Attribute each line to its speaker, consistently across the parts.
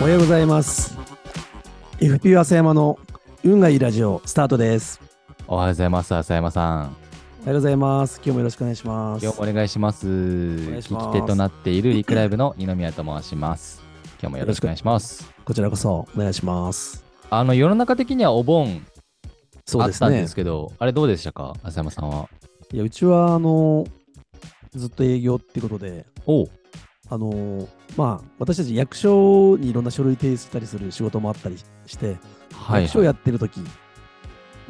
Speaker 1: おはようございます。FP 浅山の運がいいラジオスタートです。
Speaker 2: おはようございます、浅山さん。
Speaker 1: おはようございます。今日もよろしくお願いします。
Speaker 2: 今日もお願いします。
Speaker 1: 願
Speaker 2: 聞
Speaker 1: いします
Speaker 2: き手となっているリクライブの二宮と申します。今日もよろしくお願いします。
Speaker 1: こちらこそお願いします。
Speaker 2: あの世の中的にはお盆
Speaker 1: そう
Speaker 2: あ
Speaker 1: で
Speaker 2: っ
Speaker 1: す
Speaker 2: たん
Speaker 1: ね。
Speaker 2: ですけど、あれどうでしたか、浅山さんは。
Speaker 1: いやうちはあのずっと営業ってことで、
Speaker 2: おう
Speaker 1: あのまあ私たち役所にいろんな書類提出したりする仕事もあったりして、
Speaker 2: はい、
Speaker 1: 役所
Speaker 2: はい。
Speaker 1: やってる時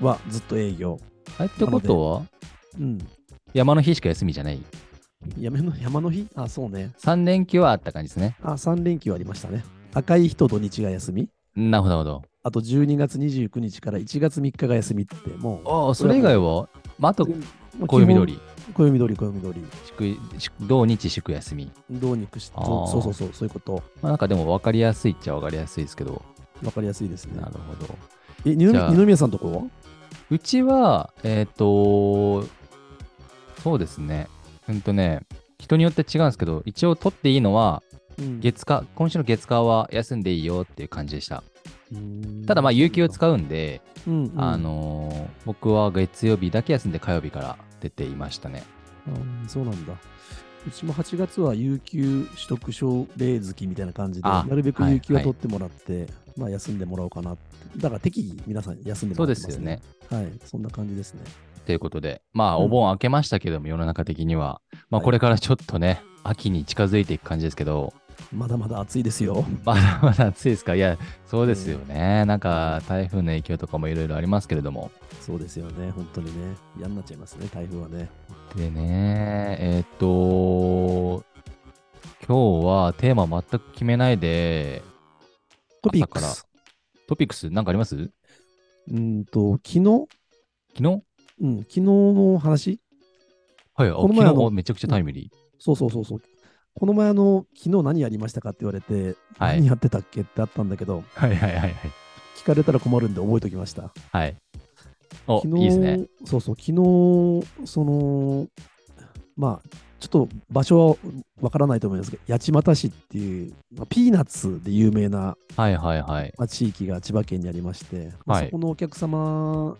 Speaker 1: はずっと営業。
Speaker 2: えってことは、
Speaker 1: うん。
Speaker 2: 山の日しか休みじゃない。
Speaker 1: 山の山の日？あそうね。
Speaker 2: 3連休はあった感じですね。
Speaker 1: あ三連休ありましたね。赤い日と土日が休み。
Speaker 2: なるほど、なるほ
Speaker 1: あと12月29日から1月3日が休みって、もう、
Speaker 2: ど。ああ、それ以外は、まあ、あと、
Speaker 1: もう
Speaker 2: 暦通り。
Speaker 1: 基本。暦通り、暦通り。
Speaker 2: 祝祝土日祝休み。
Speaker 1: どうにくし
Speaker 2: あー
Speaker 1: そうそうそうそう、そういうこと、
Speaker 2: まあ、なんかでも分かりやすいっちゃ分かりやすいですけど。
Speaker 1: わかりやすいですね
Speaker 2: な。るほど。
Speaker 1: え、二
Speaker 2: じゃ
Speaker 1: 宮
Speaker 2: あ
Speaker 1: 二宮さんのところは
Speaker 2: うちは、えっ、と、そうですね。うんとね、人によって違うんですけど、一応取っていいのは、
Speaker 1: うん
Speaker 2: 月火、今週の月火は休んでいいよっていう感じでした。
Speaker 1: うーん
Speaker 2: ただ、まあ、有給を使うんで、
Speaker 1: うんうん
Speaker 2: あのー僕は月曜日だけ休んで火曜日から出ていましたね。
Speaker 1: あーそうなんだ。うちも8月は有給取得奨励月みたいな感じで、な
Speaker 2: あ
Speaker 1: るべく
Speaker 2: はい
Speaker 1: 有給を
Speaker 2: はい
Speaker 1: 取ってもらって、まあ休んでもらおうかなって。だから適宜皆さん休んで
Speaker 2: そ
Speaker 1: も
Speaker 2: う
Speaker 1: ら
Speaker 2: で
Speaker 1: ってますす、ね。
Speaker 2: よね。。
Speaker 1: はい、そんな感じですね。
Speaker 2: ということで、まあ、
Speaker 1: うん
Speaker 2: お盆明けましたけども、世の中的には、まあ、
Speaker 1: はい
Speaker 2: これからちょっとね、秋に近づいていく感じですけど、
Speaker 1: まだまだ暑いですよ。
Speaker 2: まだまだ暑いですかいや、そうですよね。なんか、台風の影響とかもいろいろありますけれども。
Speaker 1: そうですよね、本当にね。嫌になっちゃいますね、台風はね。
Speaker 2: でね、えーっと、今日はテーマ全く決めないで、
Speaker 1: トピック
Speaker 2: 朝
Speaker 1: ス。
Speaker 2: トピックスなんかあります昨
Speaker 1: うーんと、昨日、
Speaker 2: 日
Speaker 1: うん、昨日の話
Speaker 2: はい、あ
Speaker 1: この前あの
Speaker 2: 昨日めちゃくちゃタイムリ
Speaker 1: そうそうそうそう。この前、あの、昨日何やりましたかって言われて、
Speaker 2: ー。はい
Speaker 1: 何。やってたっけってあったんだけど、
Speaker 2: はいはいはいはい。
Speaker 1: 聞かれたら困るんで覚えておきました。
Speaker 2: はい。お、
Speaker 1: 昨日
Speaker 2: いいですね。
Speaker 1: そうそう、昨日、その、まあ、ちょっと場所はわからないと思いますけど、八街市っていう、まあピーナッツで有名な
Speaker 2: はいはいはい。
Speaker 1: まあ、地域が千葉県にありまして、まあ
Speaker 2: はい
Speaker 1: そこのお客様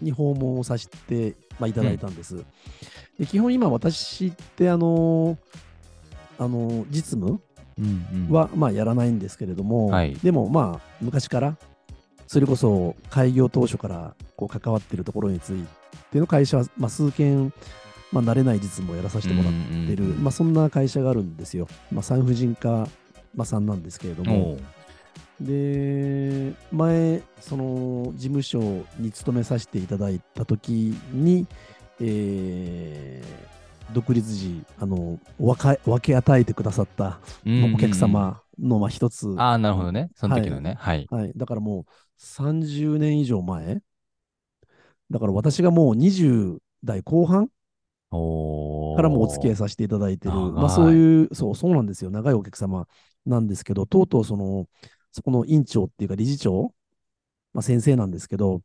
Speaker 1: に訪問をさせて、まあ、いただいたんです。で基本今私ってあのあの実務
Speaker 2: うんうん、
Speaker 1: は、まあ、やらないんですけれども、
Speaker 2: はい
Speaker 1: でもまあ昔からそれこそ開業当初からこう関わっているところについての会社は、まあ、数件、まあ、慣れない実務をやらさせてもらっ
Speaker 2: って
Speaker 1: る、まあ、そんな会社があるんですよ。まあ、産婦人科、まあ、さんなんですけれども。
Speaker 2: おう
Speaker 1: で前その事務所に勤めさせていただいた時に、えー独立時あの分け分け与えてくださった
Speaker 2: うん
Speaker 1: ま
Speaker 2: う
Speaker 1: あ
Speaker 2: ん
Speaker 1: お客。様のまあ一つ、は
Speaker 2: ああ、なるほどね。その時のね。はい。
Speaker 1: い、だからもう30年以上前だから私がもう20代後半
Speaker 2: お
Speaker 1: からもお付き合い
Speaker 2: い。
Speaker 1: させていただいてる、
Speaker 2: 長い
Speaker 1: まあ、そういう、そう、そうなんですよ、長いお客様なんですけど、とうとうその、そこの院長っていうか理事長、まあ、先生なんですけど、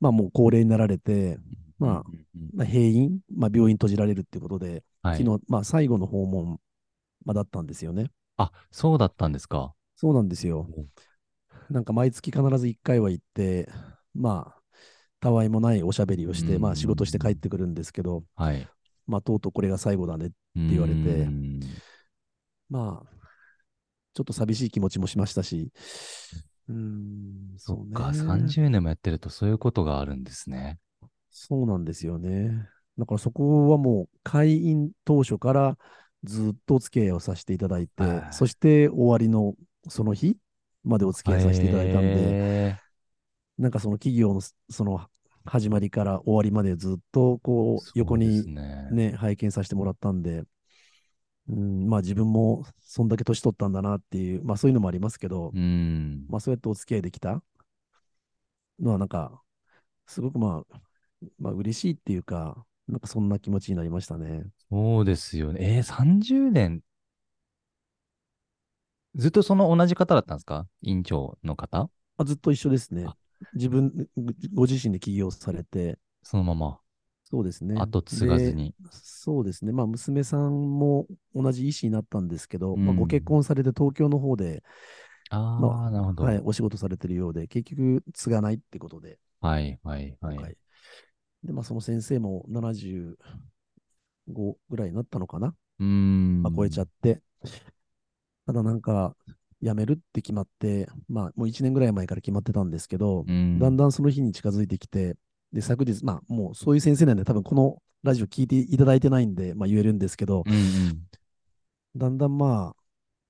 Speaker 1: まあもう高齢になられて、まあ
Speaker 2: うんうん
Speaker 1: まあ、閉院、まあ、病院閉じられるっていうことで、
Speaker 2: うん、はい
Speaker 1: 昨。日、まあ最後の訪問、まあ、だったんですよね。
Speaker 2: あ、そうだったんですか。
Speaker 1: そうなんですよ。なんか毎月必ず1回は行って、まあ、たわいもないおしゃべりをして、
Speaker 2: うん
Speaker 1: まあ仕事して帰ってくるんですけど、
Speaker 2: はい。って
Speaker 1: まあとうとうこれが最後だね言われてまあ、ちょっと寂しい気持ちもしましたし、うーん、
Speaker 2: そ
Speaker 1: そう
Speaker 2: っ
Speaker 1: ね。
Speaker 2: か、30年もやってるとそういうことがあるんですね。
Speaker 1: そうなんですよね。だからそこはもう会員当初からずっとお付き合いをさせていただいて
Speaker 2: は、い
Speaker 1: そして終わりのその日までお付き合いさせていただいたんで、
Speaker 2: へ
Speaker 1: なんかその企業のその始まりから終わりまでずっと
Speaker 2: ー
Speaker 1: こう横
Speaker 2: そう
Speaker 1: に
Speaker 2: ですね
Speaker 1: ね、拝見させてもらったんで、うん、まあ自分もそんだけ年取ったんだなっていう、まあそういうのもありますけど
Speaker 2: う、ん。
Speaker 1: まあ、そうやってお付き合いできたのは、なんか、すごくまあ、まあ、嬉しいっていうか、なんかそんな気持ちになりましたね。
Speaker 2: そうですよね。えー、30年。ずっとその同じ方だったんですか院長の方
Speaker 1: あずっと一緒ですね
Speaker 2: あ。
Speaker 1: 自分、ごご自身で起業されて、
Speaker 2: そのまま、
Speaker 1: そうですね。
Speaker 2: 後継がずに。
Speaker 1: で。そうですね。まあ、娘さんも同じ医師になったんですけど、
Speaker 2: うん
Speaker 1: まあ、ご結婚されて東京の方で、
Speaker 2: あ
Speaker 1: ま
Speaker 2: あ、なるほど。
Speaker 1: は
Speaker 2: はいい、、
Speaker 1: お仕事されてるようで、結局継がないってことで、
Speaker 2: はい、はい。
Speaker 1: 今回。で、まあ、その先生も75ぐらいになったのかな、
Speaker 2: うーん。
Speaker 1: まあ、超えちゃって、ただなんか、辞めるって決まって、まあ、もう1年ぐらい前から決まってたんですけど、
Speaker 2: うん。
Speaker 1: だんだんその日に近づいてきて、で、昨日、まあ、もうそういう先生なんで、多分このラジオ聞いていただいてないんで、まあ、言えるんですけど、
Speaker 2: うんうん。
Speaker 1: だんだんまあ、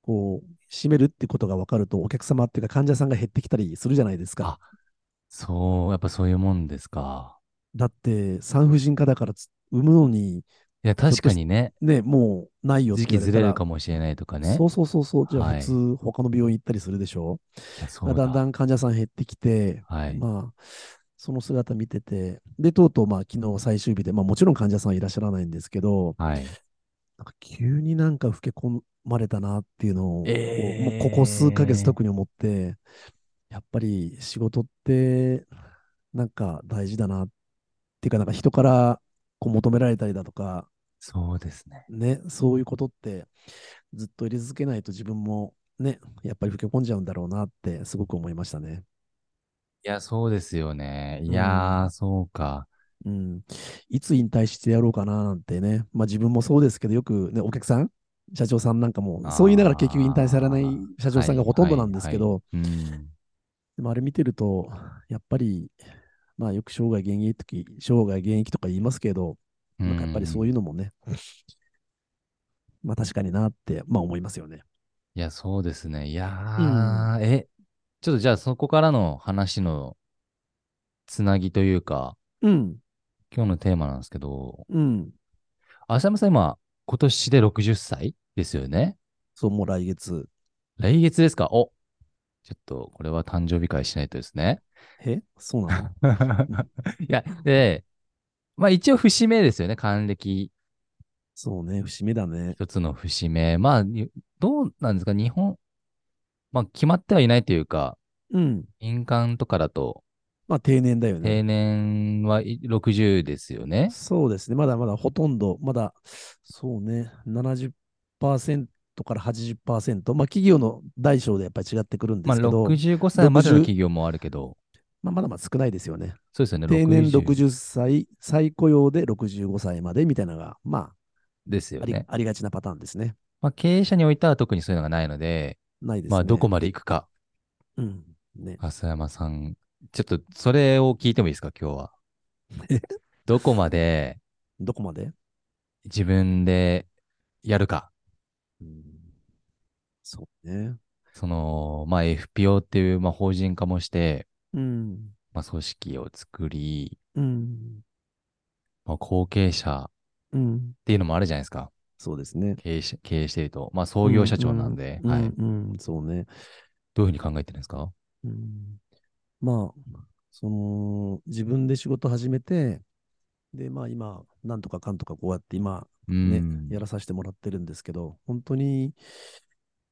Speaker 1: こう、閉めるってことが分かると、お客様っていうか患者さんが減ってきたりするじゃないですか。
Speaker 2: そう、やっぱそういうもんですか。
Speaker 1: だって、産婦人科だからつ産むのに、
Speaker 2: い
Speaker 1: ょ
Speaker 2: や、
Speaker 1: っと
Speaker 2: 確かにね、
Speaker 1: ね、もうないよって
Speaker 2: 時
Speaker 1: 言わ
Speaker 2: 期ず
Speaker 1: れた
Speaker 2: れ
Speaker 1: ら
Speaker 2: るかもしれないとかね。
Speaker 1: そうそうそうそう。じゃあ
Speaker 2: はい
Speaker 1: 普通、他の病院行ったりするでしょ、
Speaker 2: いやそうだ
Speaker 1: だんだん患者さん減ってきて、
Speaker 2: はい。
Speaker 1: まあ、その姿見てて、で、とうとう、まあ、昨日最終日で、まあ、もちろん患者さんいらっしゃらないんですけど、
Speaker 2: はい。
Speaker 1: なんか急になんか老け込まれたなっていうのを、
Speaker 2: えー
Speaker 1: もうここ数ヶ月特に思って、やっぱり仕事ってなんか大事だなっていうか、なんか人からこう求められたりだとか、
Speaker 2: そうですね。
Speaker 1: ね、そういうことってずっと入れ続けないと自分もね、やっぱり老け込んじゃうんだろうなってすごく思いましたね。
Speaker 2: いや、そうですよね。
Speaker 1: うん
Speaker 2: いやー、そうか。
Speaker 1: うん、いつ引退してやろうかななんてね、まあ、自分もそうですけど、よく、ね、お客さん、社長さんなんかも、そう言いながら結局引退されない社長さんがほとんどなんですけど、
Speaker 2: うん。
Speaker 1: でもあれ見てると、やっぱり、まあ、よく生涯現役とき、生涯現役とか言いますけど、なんかやっぱりそう
Speaker 2: いうん。
Speaker 1: いうのもね、まあ確かになって、まあ思いますよね。
Speaker 2: いや、そうですね。いやー、え、ちょっとじゃあそこからの話のつなぎというか、
Speaker 1: うん、
Speaker 2: 今日のテーマなんですけど、
Speaker 1: うん。
Speaker 2: 浅山さん今、今年で60歳ですよね。
Speaker 1: そう、もう来月。
Speaker 2: 来月ですかおちょっと、これは誕生日会しないとですね。
Speaker 1: えそうな の
Speaker 2: いや、で、まあ一応節目ですよね。還暦
Speaker 1: そうね、節目だね。
Speaker 2: 一つの節目。まあ、にどうなんですか日本、まあ決まってはいないというか、
Speaker 1: うん。
Speaker 2: 民間とかだと、
Speaker 1: まあ定年だよね。
Speaker 2: 定年はい60ですよね。
Speaker 1: そうですね、まだまだほとんど、まだ、そうね、70%から80%、まあ企業の大小でやっぱり違ってくるんで
Speaker 2: まあ
Speaker 1: すけど、まあ、
Speaker 2: 65歳までの
Speaker 1: 60
Speaker 2: 企業もあるけど、
Speaker 1: まだまだ少ないですよね。
Speaker 2: そうですよね。
Speaker 1: 定年
Speaker 2: 60
Speaker 1: 60歳、再雇用で65歳までみたいなのが、ま
Speaker 2: です
Speaker 1: あ、
Speaker 2: よ
Speaker 1: あり,、
Speaker 2: ね。
Speaker 1: ありがちなパターンですね。
Speaker 2: まあ経営者においては特にそういうのがないので、
Speaker 1: ないですね。
Speaker 2: まあどこまで行くか。
Speaker 1: うん。ね。
Speaker 2: 浅山さん、ちょっとそれを聞いてもいいですか、今日は
Speaker 1: え。
Speaker 2: どこまで
Speaker 1: どこまで、
Speaker 2: 自分でやるか。
Speaker 1: うん、そうね。
Speaker 2: その、まあ、FPO っていう、まあ、法人化もして、
Speaker 1: うん。
Speaker 2: まあ、組織を作り、
Speaker 1: うん。
Speaker 2: まあ、後継者っ
Speaker 1: うん。
Speaker 2: ていうのもあるじゃないですか。
Speaker 1: そうですね。
Speaker 2: 経営し経営していると。まあ、創業社長なんで、
Speaker 1: うん
Speaker 2: はい、
Speaker 1: うん、うんそうね。
Speaker 2: どういうふうに考えてるんですか
Speaker 1: うん、まあ、その、自分で仕事始めて、で、まあ今、なんとかかんとかこうやって今、
Speaker 2: う
Speaker 1: ね
Speaker 2: ん。、
Speaker 1: やらさせてもらってるんですけど、本当に、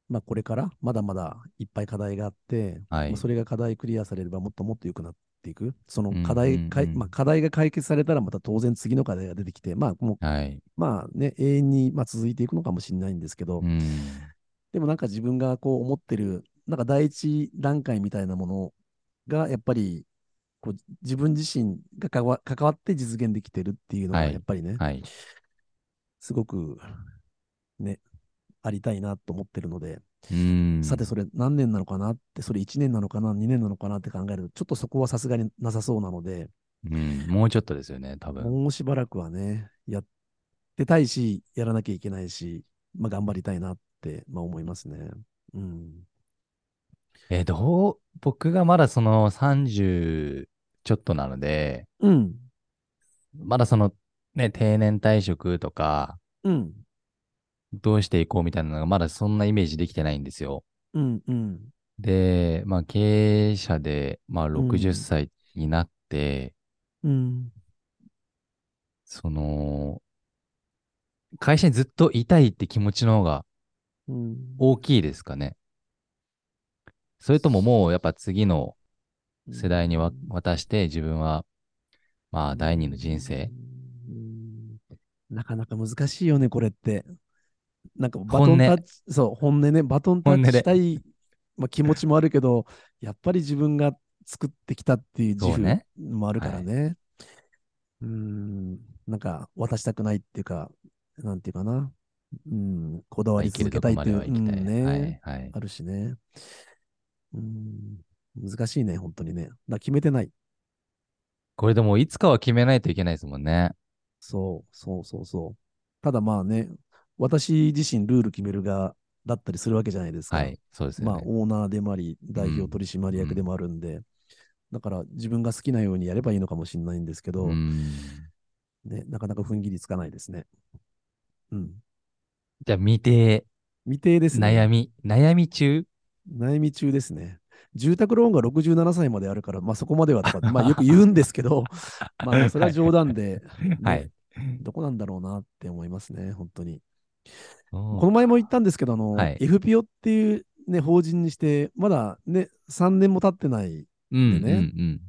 Speaker 1: まあこれから、まだまだいっぱい課題があって、
Speaker 2: はい
Speaker 1: まあそれが課題クリアされればもっともっと良くなっていく。その
Speaker 2: うん
Speaker 1: 課題、
Speaker 2: うん
Speaker 1: かい
Speaker 2: うん
Speaker 1: まあ課題が解決されたらまた当然次の課題が出てきて、まあもう、
Speaker 2: はい。
Speaker 1: まあね、永遠に、まあ、続いていくのかもしれないんですけど、
Speaker 2: うん。
Speaker 1: でもなんか自分がこう思ってる、なんか第一段階みたいなものが、やっぱりこう自分自身が関わ関わって実現できてるっていうのが、
Speaker 2: はい
Speaker 1: やっぱりね、
Speaker 2: はい。
Speaker 1: すごくね、ありたいなと思ってるので、
Speaker 2: うん。
Speaker 1: さてそれ何年なのかなって、それ1年なのかな、2年なのかなって考えると、ちょっとそこはさすがになさそうなので、
Speaker 2: うん。もうちょっとですよね、多分。
Speaker 1: もうしばらくはね、やってたいし、やらなきゃいけないし、まあ、頑張りたいなって、まあ、思いますね。うん。
Speaker 2: えーどう、僕がまだその30ちょっとなので、
Speaker 1: うん。
Speaker 2: まだその、ね、定年退職とか、
Speaker 1: うん。
Speaker 2: どうしていこうみたいなのが、まだそんなイメージできてないんですよ。
Speaker 1: うん。うん。
Speaker 2: で、まあ、経営者で、まあ、
Speaker 1: ん
Speaker 2: 60歳になって、
Speaker 1: うん。
Speaker 2: その、会社にずっといたいって気持ちの方が
Speaker 1: うん。
Speaker 2: 大きいですかね。それとももう、やっぱ次の世代にわ渡して、自分は、まあ、第二の人生。
Speaker 1: うん。なかなか難しいよね、これって。なんかバ
Speaker 2: 本
Speaker 1: ト
Speaker 2: 音
Speaker 1: ンタッチ、そう、本音ね、バトンタ
Speaker 2: 本音
Speaker 1: ッチ
Speaker 2: で
Speaker 1: したいまあ、気持ちもあるけど、やっぱり自分が作ってきたっていう自
Speaker 2: そう
Speaker 1: 負
Speaker 2: ね
Speaker 1: もあるからね。うーん、なんか渡したくないっていうか、なんていうかな。うん、こだわり
Speaker 2: 生
Speaker 1: 続
Speaker 2: き
Speaker 1: け
Speaker 2: ると
Speaker 1: た
Speaker 2: こ
Speaker 1: いっ
Speaker 2: ま
Speaker 1: ていう、う
Speaker 2: では生きたい。
Speaker 1: ん、ね、
Speaker 2: はい、はい。
Speaker 1: あるしね。うん、難しいね、本当にね。だから決めてない。
Speaker 2: これでもいつかは決めないといけないですもんね。
Speaker 1: そう、そうそうそう。ただまあね、私自身ルール決める側だったりするわけじゃないですか。
Speaker 2: はい、そうですよ
Speaker 1: ま
Speaker 2: ね。
Speaker 1: あ、オーナーでもあり、代表取締役でもあるんで、だから自分が好きなようにやればいいのかもしれないんですけど、
Speaker 2: うん
Speaker 1: ね、なかなか踏ん切りつかないですね。うん。
Speaker 2: じゃあ、未定、
Speaker 1: 未定ですね。
Speaker 2: 悩み、悩み中
Speaker 1: 悩み中ですね。住宅ローンが67歳まであるから、まあそこまではと かって、まあよく言うんですけど、まあそれは冗談で、ね
Speaker 2: はい。
Speaker 1: どこなんだろうなって思いますね、本当に。
Speaker 2: おー
Speaker 1: この前も言ったんですけど、あの、
Speaker 2: はい
Speaker 1: FPO っていうね、法人にして、まだね、3年も経ってない
Speaker 2: う
Speaker 1: で
Speaker 2: ん
Speaker 1: ね
Speaker 2: うん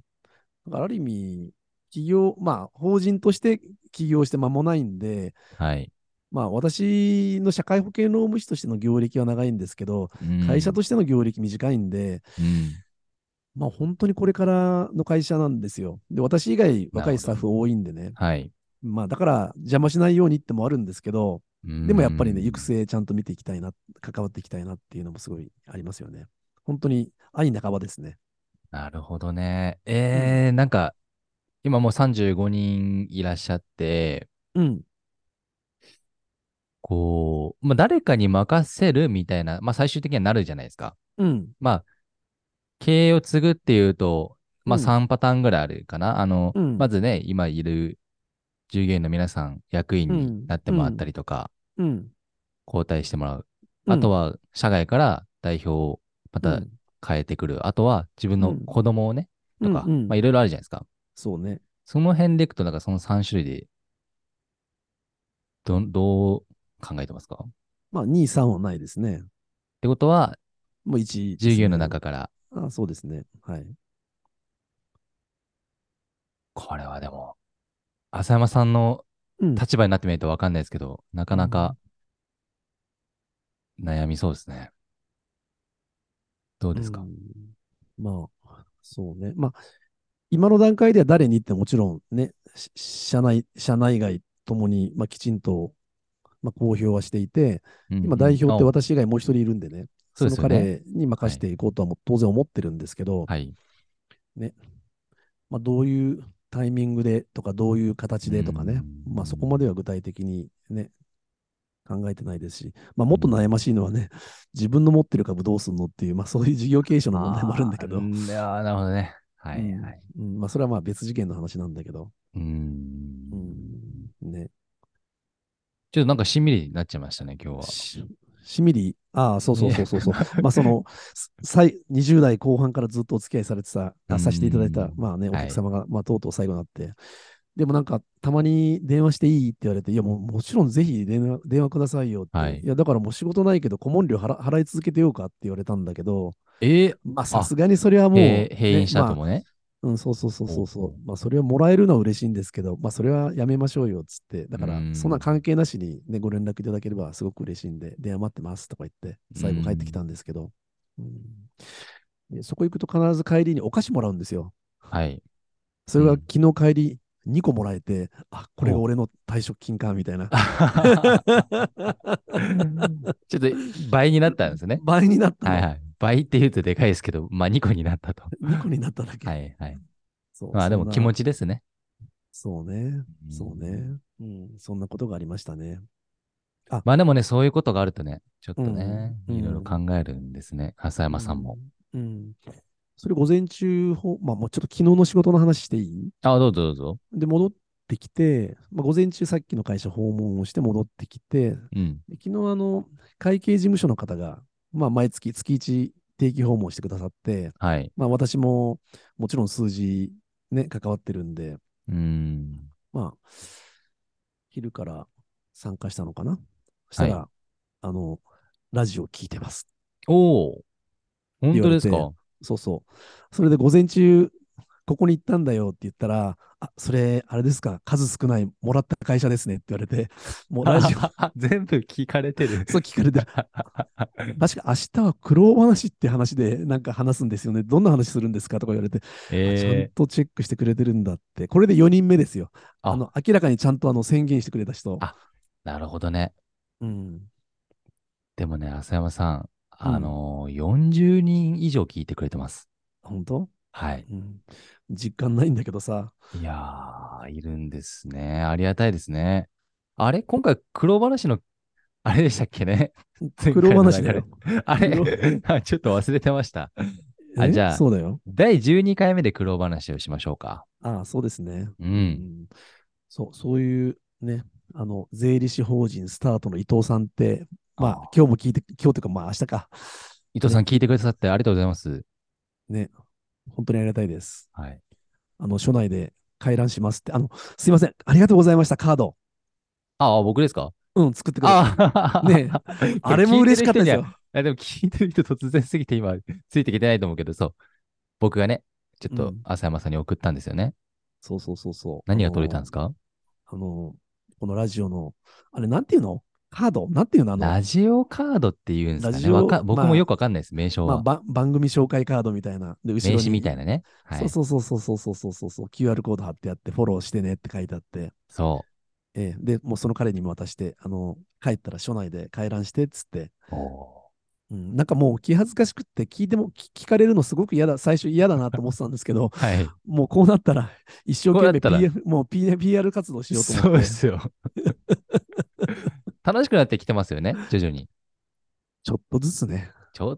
Speaker 1: だからある意味、企業、まあ、法人として起業して間もないんで、
Speaker 2: うん。はい。
Speaker 1: まあ、私の社会保険労務士としての業歴は長いんですけど、会社と
Speaker 2: し
Speaker 1: しての業歴短いんで、
Speaker 2: て、うん
Speaker 1: まあ、本当にこれからの会社なんですよ。で、私以外、若いスタッフ多いんでね、
Speaker 2: はい。
Speaker 1: まあ、だから邪魔しないようにってもあるんですけど、で
Speaker 2: で
Speaker 1: もやっぱりね、行く末ちゃんと見ていきたいな、関わっていきたいなっていうのもすごいありますよね。本当に愛半ばですね。
Speaker 2: なるほどね。えー、なんか、今もう35人いらっしゃって、
Speaker 1: うん。
Speaker 2: こう、まあ、誰かに任せるみたいな、まあ、最終的にはなるじゃないですか。
Speaker 1: うん。
Speaker 2: まあ、経営を継ぐっていうと、まあ、
Speaker 1: うん
Speaker 2: 3パターンぐらいあるかな。あの、
Speaker 1: うん
Speaker 2: まずね、今いる従業員の皆さん、役員
Speaker 1: うん
Speaker 2: になってもらったりとか、
Speaker 1: うん。
Speaker 2: 交代してもらう。あと
Speaker 1: は、
Speaker 2: は、社外から代表をま
Speaker 1: う
Speaker 2: た
Speaker 1: ん
Speaker 2: 変えてくる。あとは、自分の子供をね、とか、
Speaker 1: うんうん
Speaker 2: まあ、いろいろあるじゃないですか。
Speaker 1: そうね。
Speaker 2: その辺でいくと、なんかその3種類で、どん、どう考えてますかっ
Speaker 1: まあ、2、3はないですね。
Speaker 2: てことは、
Speaker 1: もう1、
Speaker 2: 従業員の中から、
Speaker 1: あそうですね。はい。
Speaker 2: これはでも、浅山さんの
Speaker 1: うん
Speaker 2: 立場になってみないとわかんないですけど、なかなか悩みそうですね。どうですか、
Speaker 1: んまあ、そうね。まあ、今の段階では誰にってもちろんね、し社内、社内外ともに、まあ、きちんと、まあ、公表はしていて、
Speaker 2: うん
Speaker 1: 今代表って
Speaker 2: あ
Speaker 1: 私以外もう一人いるんでね、
Speaker 2: そう
Speaker 1: の
Speaker 2: ですよね
Speaker 1: 彼に任せていこうとはもう当然思ってるんですけど、
Speaker 2: はい。
Speaker 1: まあ、どういうタイミングでとか、どういう形でとかね、
Speaker 2: うん
Speaker 1: まあ、そこまでは具体的にね、考えてないですし、まあ、もっと悩ましいのはね、自分の持ってる株どうすんのっていう、まあ、そういう事業経営者の問題もあるんだけど、
Speaker 2: あーうんいやーなるほどね。はい、
Speaker 1: うん
Speaker 2: はい。
Speaker 1: うんまあ、それはまあ別事件の話なんだけど、
Speaker 2: うー。
Speaker 1: うんん、ね、
Speaker 2: ちょっとなんかしんみりになっちゃいましたね、今日は。
Speaker 1: ししみり、ああ、そうそうそうそうそう、まあ、そ の、さい20代後半からずっとお付き合いされてた、
Speaker 2: う
Speaker 1: あ
Speaker 2: ん
Speaker 1: させていただいた、まあね、お
Speaker 2: はい
Speaker 1: 客様が、まあ、とうとう最後になって、でもなんか、たまに電話していいって言われて、いや、もうもちろんぜひ電話電話くださいよって、
Speaker 2: はい
Speaker 1: や、だからもう仕事ないけど、顧問料払払い続けてようかって言われたんだけど、
Speaker 2: えー、
Speaker 1: まあ、さすがにそれはもう、
Speaker 2: 閉閉院した
Speaker 1: ね
Speaker 2: 後もね。
Speaker 1: まあうん、そうそうそうそう
Speaker 2: ほう
Speaker 1: そ
Speaker 2: ほ
Speaker 1: う。まあ、それをもらえるのは嬉しいんですけど、まあ、それはやめましょうよっつって、だから
Speaker 2: う、ん
Speaker 1: そんな関係なしに、ね、ご連絡いただければすごく嬉しいんで、電話待ってますとか言って、最後帰ってきたんですけど、うんでそこ行くと必ず帰りにお菓子もらうんですよ。
Speaker 2: はい。
Speaker 1: それ
Speaker 2: う
Speaker 1: が
Speaker 2: ん
Speaker 1: 昨日帰り2個もらえて、あ、これが俺の退職金か、みたい な。
Speaker 2: ちょっと倍になったんですね。
Speaker 1: 倍になったの、
Speaker 2: はいはい。倍って言うとでかいですけど、まあ2個に なったと。
Speaker 1: 2個になっただけ。
Speaker 2: はいはい。
Speaker 1: そう
Speaker 2: まあでも気
Speaker 1: ち
Speaker 2: 持ちですね。
Speaker 1: そうね。そうね。うん。そんなことがありましたね。
Speaker 2: まあでもね、そういうことがあるとね、ちょっとね、
Speaker 1: うん
Speaker 2: いろいろ考えるんですね。浅山さんも。
Speaker 1: うん。うんそれ午前中ほ、まあもうちょっと昨日の仕事の話していい
Speaker 2: あ、どうぞどうぞ。
Speaker 1: で、戻ってきて、まあ、午前中さっきの会社訪問をして戻ってきて、
Speaker 2: うん。
Speaker 1: で昨日あの、会計事務所の方が、まあ毎月月1定期訪問してくださって、
Speaker 2: はい。
Speaker 1: まあ私ももちろん数字ね、関わってるんで、
Speaker 2: うん。
Speaker 1: まあ、昼から参加したのかなしたら、
Speaker 2: は
Speaker 1: あの、ラジオ聞いてます。
Speaker 2: おお本当ですか
Speaker 1: そうそう。それで午前中、ここに行ったんだよって言ったら、あ、それ、あれですか、数少ないもらった会社ですねって言われ て、もうラジオ、
Speaker 2: 全部聞かれてる。
Speaker 1: そう聞か れて、確か明日は苦労話って話でなんか話すんですよね。どんな話するんですかとか言われて、ちゃん
Speaker 2: えー、
Speaker 1: とチェックしてくれてるんだって。これで4人目ですよ。
Speaker 2: あ
Speaker 1: あの、明らかにちゃんとあの宣言してくれた人。
Speaker 2: あなるほどね。
Speaker 1: うん。
Speaker 2: でもね、浅山さん、
Speaker 1: うん
Speaker 2: あのー40人以上聞いてくれてます。
Speaker 1: 本当
Speaker 2: はい。
Speaker 1: うん。実感ないんだけどさ。
Speaker 2: いやー、いるんですね。ありがたいですね。あれ今回、苦労話の、あれでしたっけね 前
Speaker 1: 苦
Speaker 2: 回
Speaker 1: 労
Speaker 2: の
Speaker 1: 話
Speaker 2: 流
Speaker 1: だ
Speaker 2: れ
Speaker 1: よ。
Speaker 2: あ
Speaker 1: 苦
Speaker 2: れあちょっと忘れてました。あ
Speaker 1: え
Speaker 2: じゃあ
Speaker 1: そうだよ。
Speaker 2: 第12回目で苦労話をしましょうか。
Speaker 1: ああ、そうですね。
Speaker 2: う。
Speaker 1: うんそう、そういうね、あの、税理士法人スタートの伊藤さんって、まあ
Speaker 2: あ、
Speaker 1: 今日も聞いて、今日というか、まあ、明日か。
Speaker 2: 伊藤さん、聞いてくださってありがとうございます。
Speaker 1: ね、本当にありがたいです。
Speaker 2: はい。
Speaker 1: あの、署内で回覧しますって、あの、すいません、ありがとうございました、カード。
Speaker 2: ああ、僕ですか
Speaker 1: うん、作ってくれた。
Speaker 2: ああ、
Speaker 1: ね あれも嬉しかったです
Speaker 2: 聞いてる人には。
Speaker 1: よ。
Speaker 2: あでも聞いてる人突然すぎて今、ついてきてないと思うけど、そう。僕がね、ちょっ
Speaker 1: う
Speaker 2: と
Speaker 1: ん
Speaker 2: 浅山さんに送ったんですよね。
Speaker 1: そうそうそうそう。
Speaker 2: 何が届いたんです
Speaker 1: か
Speaker 2: か
Speaker 1: あの、このラジオの、あれ、なんていうのカードなんていうのあの、
Speaker 2: ラジオカードっていうんですか
Speaker 1: ラ
Speaker 2: ね。
Speaker 1: ジオ
Speaker 2: わか僕
Speaker 1: ま
Speaker 2: も
Speaker 1: あ
Speaker 2: よくわかんないです、名称
Speaker 1: まあ
Speaker 2: は。
Speaker 1: ば番組紹介カードみたいな。で、後ろに。
Speaker 2: 名刺みたいなね。はい。そう
Speaker 1: そうそうそうそうそうそうそうそう。QR コード貼ってあって、フォローしてねって書いてあって。ええ、で、もうその彼にも渡して、あの、帰ったら署内で回覧してっつって、
Speaker 2: お、
Speaker 1: うん、なんかもう気恥ずかしくって聞いても聞聞かれるのすごく嫌だ、最初嫌だなと思ってたんですけど
Speaker 2: ーはい。
Speaker 1: もうこうなったら一生懸命
Speaker 2: こうなったら
Speaker 1: PR, もう PR, PR 活動しようと
Speaker 2: そ
Speaker 1: 思っ
Speaker 2: うで
Speaker 1: て、
Speaker 2: すよ。 楽しくなってきてますよね、徐々に。
Speaker 1: ちょっとずつね、
Speaker 2: ちょ、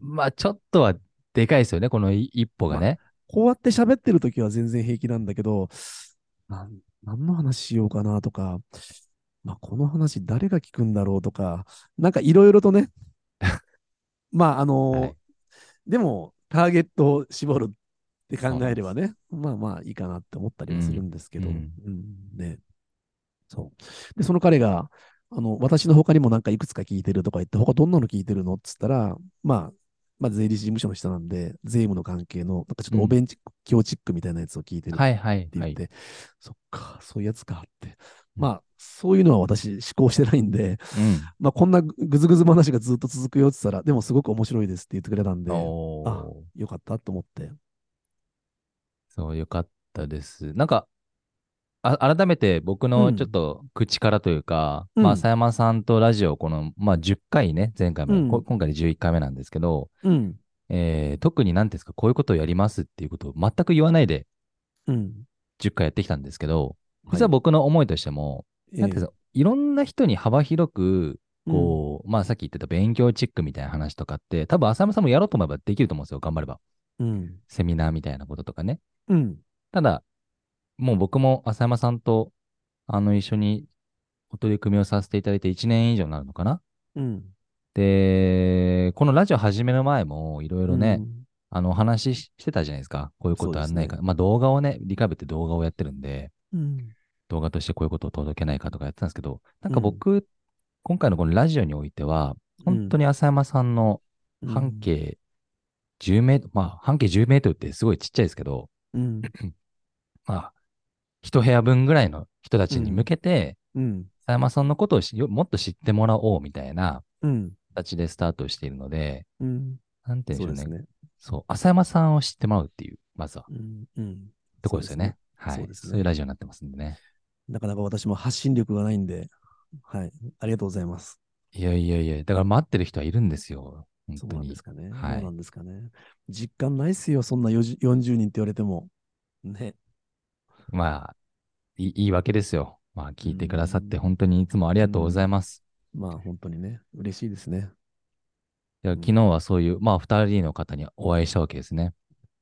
Speaker 2: まあ、ちょっとはでかいですよね、このい一歩がね。
Speaker 1: こうやって喋ってる時は全然平気なんだけど、なん何の話しようかなとか、まあ、この話誰が聞くんだろうとか、なんかいろいろと ね、まああの
Speaker 2: はい
Speaker 1: でもターゲットを絞るって考えればね、まあまあいいかなって思ったりはするんですけど、
Speaker 2: う
Speaker 1: うんんね、そう。で、その彼が、あの、私の他にもなんかいくつか聞いてるとか言って、他どんなの聞いてるのっつったら、まあ、まあ、税理士事務所の人なんで、税務の関係の、なんかちょっとお弁チック、教チックみたいなやつを聞いてるって
Speaker 2: はいはいは
Speaker 1: 言っ
Speaker 2: い
Speaker 1: て、。そっか、そういうやつかって。まあ、そういうのは私、思考してないんで、まあ、こんなぐずぐず話がずっと続くよって言ったら、でもすごく面白いですって言ってくれたん
Speaker 2: うん。
Speaker 1: で、よ
Speaker 2: お
Speaker 1: あ
Speaker 2: ー
Speaker 1: かったと思って。
Speaker 2: そう、よかったです。なんか、あ改めて僕の
Speaker 1: うん
Speaker 2: ちょっと口からというか、
Speaker 1: うん
Speaker 2: まあ、佐山さんとラジオ、この、まあ、10回ね、前回も、
Speaker 1: うん
Speaker 2: こ今回で11回目なんですけど、
Speaker 1: うん。
Speaker 2: えー特に何ですか、こういうことをやりますっていうことを全く言わないで
Speaker 1: うん。
Speaker 2: 10回やってきたんですけど、実は僕の思いとしても、
Speaker 1: ええ、
Speaker 2: なんていうんですかいろんな人に幅広く、
Speaker 1: うん
Speaker 2: こう、まあさっき言ってた勉強チックみたいな話とかって、多分浅山さんもやろうと思えばできると思うんですよ、頑張れば。
Speaker 1: うん。
Speaker 2: セミナーみたいなこととかね。
Speaker 1: うん。
Speaker 2: ただ、もう僕も浅山さんと、あの、一緒にお取り組みをさせていただいて1年以上になるのかな。
Speaker 1: うん。
Speaker 2: で、このラジオ始める前も、いろいろね、
Speaker 1: うん
Speaker 2: あの、お話ししてたじゃないですか。こういうことはないか。
Speaker 1: そうですね
Speaker 2: まあ動画をね、リカブって動画をやってるんで、
Speaker 1: うん。
Speaker 2: 動画としてこういうことを届けないかとかやってたんですけど、なんか
Speaker 1: うん
Speaker 2: 僕、今回のこのラジオにおいては、本当
Speaker 1: に
Speaker 2: に浅山さんの半径10メートル、まあ半径10メートルってすごいちっちゃいですけど、
Speaker 1: うん。
Speaker 2: まあ、一部屋分ぐらいの人たちに向けて、
Speaker 1: うん。
Speaker 2: 浅山さんのことをしよもっと知ってもらおうみたいな
Speaker 1: うん。
Speaker 2: 形でスタートしているので、
Speaker 1: うん。
Speaker 2: なんて言
Speaker 1: そううんで
Speaker 2: でしょ
Speaker 1: す
Speaker 2: うね。
Speaker 1: ね。
Speaker 2: そう、浅山さんを知ってもらうっていう、まずは、
Speaker 1: うん。うん。
Speaker 2: ところですよね。は
Speaker 1: そう
Speaker 2: い。
Speaker 1: ですね
Speaker 2: そういうラジオになってますんでね。
Speaker 1: なかなか私も発信力がないんで、はい。ありがとうございます。
Speaker 2: いやいやいや、だから待ってる人はいるんですよ。本
Speaker 1: そう
Speaker 2: 当
Speaker 1: なん
Speaker 2: に
Speaker 1: です。かね。
Speaker 2: はい
Speaker 1: そうなんですかね。実感ないっすよ。そんな40 40人って言われても。ね。
Speaker 2: まあ、いいいいわけですよ。まあ、聞いてくださって、
Speaker 1: うん
Speaker 2: 本当にいつもありがとうございます。
Speaker 1: まあ本当にね、嬉しいですね。
Speaker 2: いや
Speaker 1: ん
Speaker 2: 昨日はそういう、まあ、2人の方にお会いしたわけですね。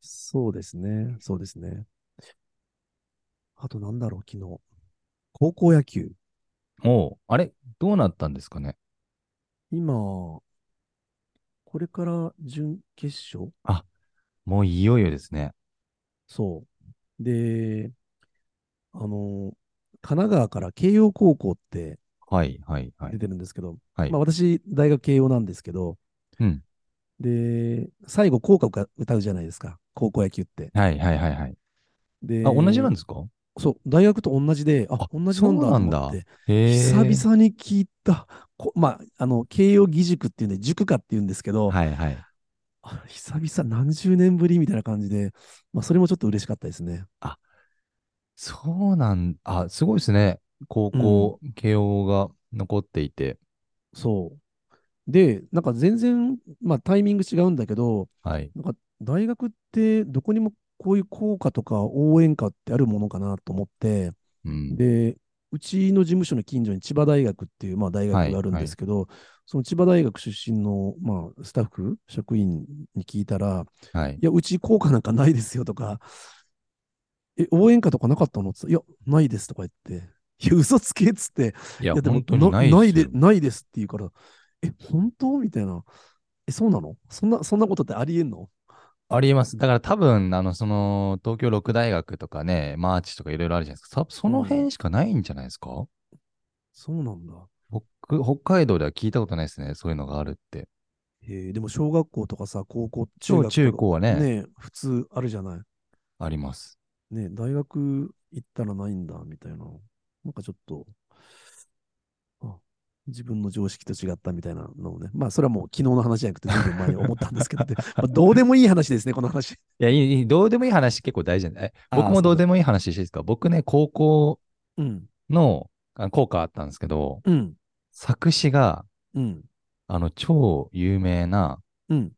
Speaker 1: そうですね。そうですね。あとなんだろう、昨日。高校野球。
Speaker 2: おうあれどうなったんですかね
Speaker 1: 今、これから準決勝
Speaker 2: もういよいよですね。
Speaker 1: そう。で、あの、神奈川から慶応高校って
Speaker 2: はい、はい、は
Speaker 1: 出
Speaker 2: い。
Speaker 1: てるんですけど、
Speaker 2: はい
Speaker 1: まあ、私、大学慶応なんですけど、
Speaker 2: うん
Speaker 1: で、最後、校歌を歌うじゃないですか、高校野球って。
Speaker 2: はい、はい、はい、はい。
Speaker 1: で、
Speaker 2: あ、同じなんですか
Speaker 1: そう、大学と同じで、あ
Speaker 2: あ、
Speaker 1: 同じなんだと
Speaker 2: そうなん
Speaker 1: 思
Speaker 2: だ
Speaker 1: って、
Speaker 2: へえ。
Speaker 1: 久々に聞いた、こまあ、あの、慶応義塾っていうんで、塾かっていうんですけど、
Speaker 2: はいはい。
Speaker 1: あ久々何十年ぶりみたいな感じで、まあ、それもちょっと嬉しかったですね。
Speaker 2: そうなん、あ、すごいですね。高校、慶応が残っていて。
Speaker 1: そう。で、なんか全然、まあ、タイミング違うんだけど、
Speaker 2: はい。
Speaker 1: なんか大学ってどこにもこういう効果とか応援歌ってあるものかなと思って、
Speaker 2: うん。
Speaker 1: で、うちの事務所の近所に千葉大学っていう、まあ、大学があるんですけど、その千葉大学出身の、まあ、スタッフ、職員に聞いたら、
Speaker 2: はい
Speaker 1: い。や、うち効果なんかないですよとか、え、応援歌とかなかったのって言ったらいや、ないですとか言って、いや、嘘つけっつって、
Speaker 2: いや、
Speaker 1: いや、でも
Speaker 2: 本当に
Speaker 1: な
Speaker 2: ない
Speaker 1: ない
Speaker 2: です
Speaker 1: で
Speaker 2: よ。
Speaker 1: ないですって言うから、え、本当みたいな。え、そうなのそんな、そんなことってありえんの
Speaker 2: ありえます。だから多分、あの、その、東京六大学とかね、マーチとかいろいろあるじゃないですか。多分その辺しかないんじゃないですか、
Speaker 1: そうなんだ。
Speaker 2: 北北海道では聞いたことないですね。そういうのがあるって。
Speaker 1: へえでも小学校とかさ、高校、中
Speaker 2: 超
Speaker 1: 学
Speaker 2: 中
Speaker 1: とか
Speaker 2: 高はね、
Speaker 1: ねえ、普通あるじゃない。
Speaker 2: あります。
Speaker 1: ねえ、大学行ったらないんだ、みたいな。なんかちょっと、あ自分の常識と違ったみたいなのをね。まあ、それはもう昨日の話じゃなくて、ずいぶん前に思ったんですけ どね、まあどうでもいい話ですね、この話。
Speaker 2: いや、いいいい、どうでもいい話結構大事なんで、え
Speaker 1: あー
Speaker 2: 僕もどうでもいい話していいですか僕ね、高校
Speaker 1: うん、
Speaker 2: のあ校歌あったんですけど、
Speaker 1: うん、
Speaker 2: 作詞が、
Speaker 1: うん、
Speaker 2: あの、超有名な、
Speaker 1: うん、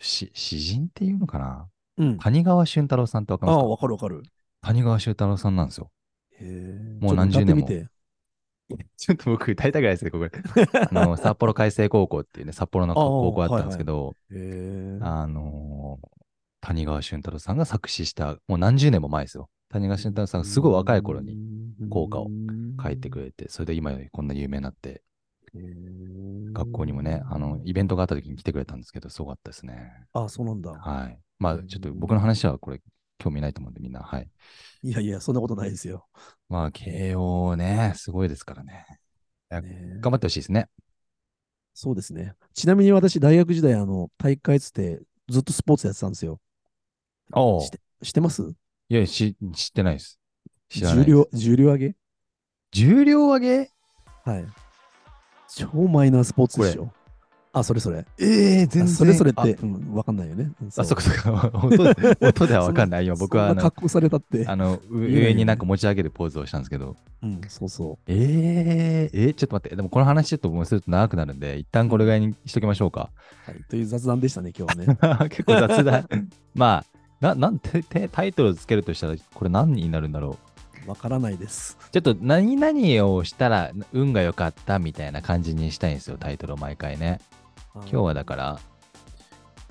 Speaker 2: し詩人っていうのかな
Speaker 1: うん。
Speaker 2: 谷川俊太郎さんってわかり
Speaker 1: あ
Speaker 2: ます
Speaker 1: あ、
Speaker 2: か
Speaker 1: わかるわかる。
Speaker 2: 谷川俊太郎さんなんですよ。
Speaker 1: へえ
Speaker 2: もう何十年も
Speaker 1: ちょっと歌ってみて。
Speaker 2: ちょっと僕、大体ぐらいですけど、これ。あの、札幌海星高校っていうね、札幌の高校あったんですけど、
Speaker 1: へえ
Speaker 2: あのー谷川俊太郎さんが作詞した、もう何十年も前ですよ。谷川俊太郎さんがすごい若い頃に校歌を書いてく
Speaker 1: れ。
Speaker 2: れて、それで今よりこんな有名になって、
Speaker 1: へえ
Speaker 2: 学校にもね、あの、イベントがあった時に来てくれたんですけど、すごかったですね。
Speaker 1: ああ、そうなんだ。
Speaker 2: はい。まあ、ちょっと僕の話はこれ、興味ないと思うんで、みんな、はい。
Speaker 1: いやいや、そんなことないですよ。
Speaker 2: まあ、慶応ね、すごいですからね。
Speaker 1: ね
Speaker 2: 頑張ってほしいですね。
Speaker 1: そうですね。ちなみに私、大学時代、あの、大会っつって、ずっとスポーツやってたんですよ。
Speaker 2: おう
Speaker 1: して知ってます
Speaker 2: いや、し知ってないです。知らない
Speaker 1: 重
Speaker 2: です。
Speaker 1: 量、重量上げ
Speaker 2: 重量上げ
Speaker 1: はい。超マイナースポーツでしょ。あ、それそれ。
Speaker 2: ええ全
Speaker 1: あそれそれっ
Speaker 2: あ
Speaker 1: て、うん、わかんないよね。うん
Speaker 2: あ、そっかそっか。音で音ではわかんない。今僕はあ
Speaker 1: そんな
Speaker 2: の、
Speaker 1: 格好されたって。
Speaker 2: あの
Speaker 1: 言え
Speaker 2: う
Speaker 1: ないよね
Speaker 2: 上になんか持ち上げるポーズをしたんですけど。
Speaker 1: うん、そうそう。
Speaker 2: えええーちょっと待って。でもこの話ちょっともうすると長くなるんで、一旦これぐらいにしときましょう か。
Speaker 1: はい。という雑談でしたね、今日は ね。
Speaker 2: 結構雑談。 まあ、な、なんて、てタイトルつけるとしたら、これ何になるんだろう。
Speaker 1: わからないです。
Speaker 2: ちょっと何々をしたら運が良かったみたいな感じにしたいんですよ、タイトルを毎回ね。
Speaker 1: 今
Speaker 2: 今日はだから、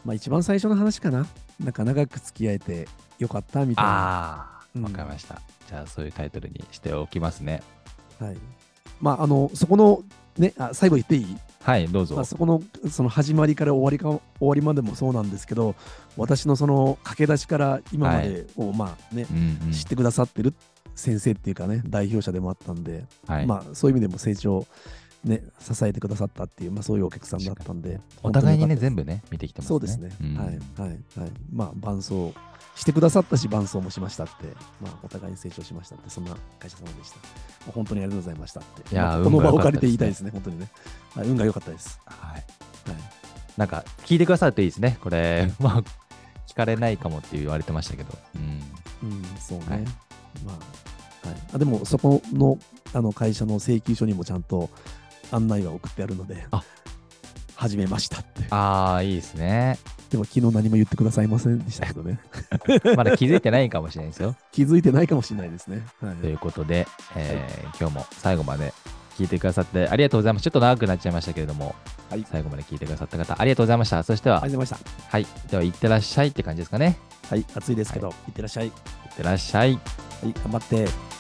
Speaker 1: まあ一番最初の話かな。なんか長く付き合えてよかったみたいな。
Speaker 2: あ
Speaker 1: う
Speaker 2: あ、
Speaker 1: ん
Speaker 2: わかりました。じゃあ、そういうタイトルにしておきますね。
Speaker 1: はい。まああの、そこの、ね、あ最後言っていい
Speaker 2: はい、どうぞ。
Speaker 1: まあ、そこのその始まりから終わりか終わりまでもそうなんですけど私のその駆け出しから今までを、まあね
Speaker 2: うんうん
Speaker 1: 知ってくださってる先生っていうかね代表者でもあったんで、
Speaker 2: はい
Speaker 1: まあ、そういう意味でも成長、ね、支えてくださったっていう、まあ、そういうお客さんだったんで
Speaker 2: お互いに
Speaker 1: 本当良かったで
Speaker 2: ね、
Speaker 1: す
Speaker 2: 全部ね、見てきてますね。
Speaker 1: そうですね、
Speaker 2: ん
Speaker 1: はいはいはいまあ伴奏してくださったし伴奏もしましたって、まあ、お互いに成長しましたってそんな会社様でした、まあ本当にありがとうございましたって
Speaker 2: いやー
Speaker 1: まあ
Speaker 2: 運
Speaker 1: この
Speaker 2: が
Speaker 1: 場
Speaker 2: 良
Speaker 1: を
Speaker 2: かった
Speaker 1: 借
Speaker 2: で
Speaker 1: り
Speaker 2: すね
Speaker 1: て言いたいですね本当にね、はい、運が良かったです、
Speaker 2: はい
Speaker 1: はい
Speaker 2: なんか、聞いてくださるといいですね。これ、 まあ、聞かれないかもって言われてましたけど。うん。
Speaker 1: うん、そうね。
Speaker 2: はい
Speaker 1: まあ、はい。あでも、そこのあの会社の請求書にもちゃんと案内は送ってあるので、
Speaker 2: あ
Speaker 1: 始めましたって。
Speaker 2: ああ、いいですね。
Speaker 1: でも、昨日何も言ってくださいませんでしたけど ね。
Speaker 2: まだ気づいてないかもしれないで すよ。
Speaker 1: 気づいてないかもしれないですね。はい。
Speaker 2: ということで、えー今日も最後まで聞いてくださってありがとうございます。ちょっと長くなっちゃいましたけれども、
Speaker 1: はい
Speaker 2: 最後まで聞いてくださった方、ありがとうございました。そしては、
Speaker 1: ありがとうございまし
Speaker 2: はい、では、いってらっしゃいって感じですかね。
Speaker 1: た。はい、暑いですけど、いってらっしゃい。
Speaker 2: いってらっしゃい。
Speaker 1: はい、頑張って。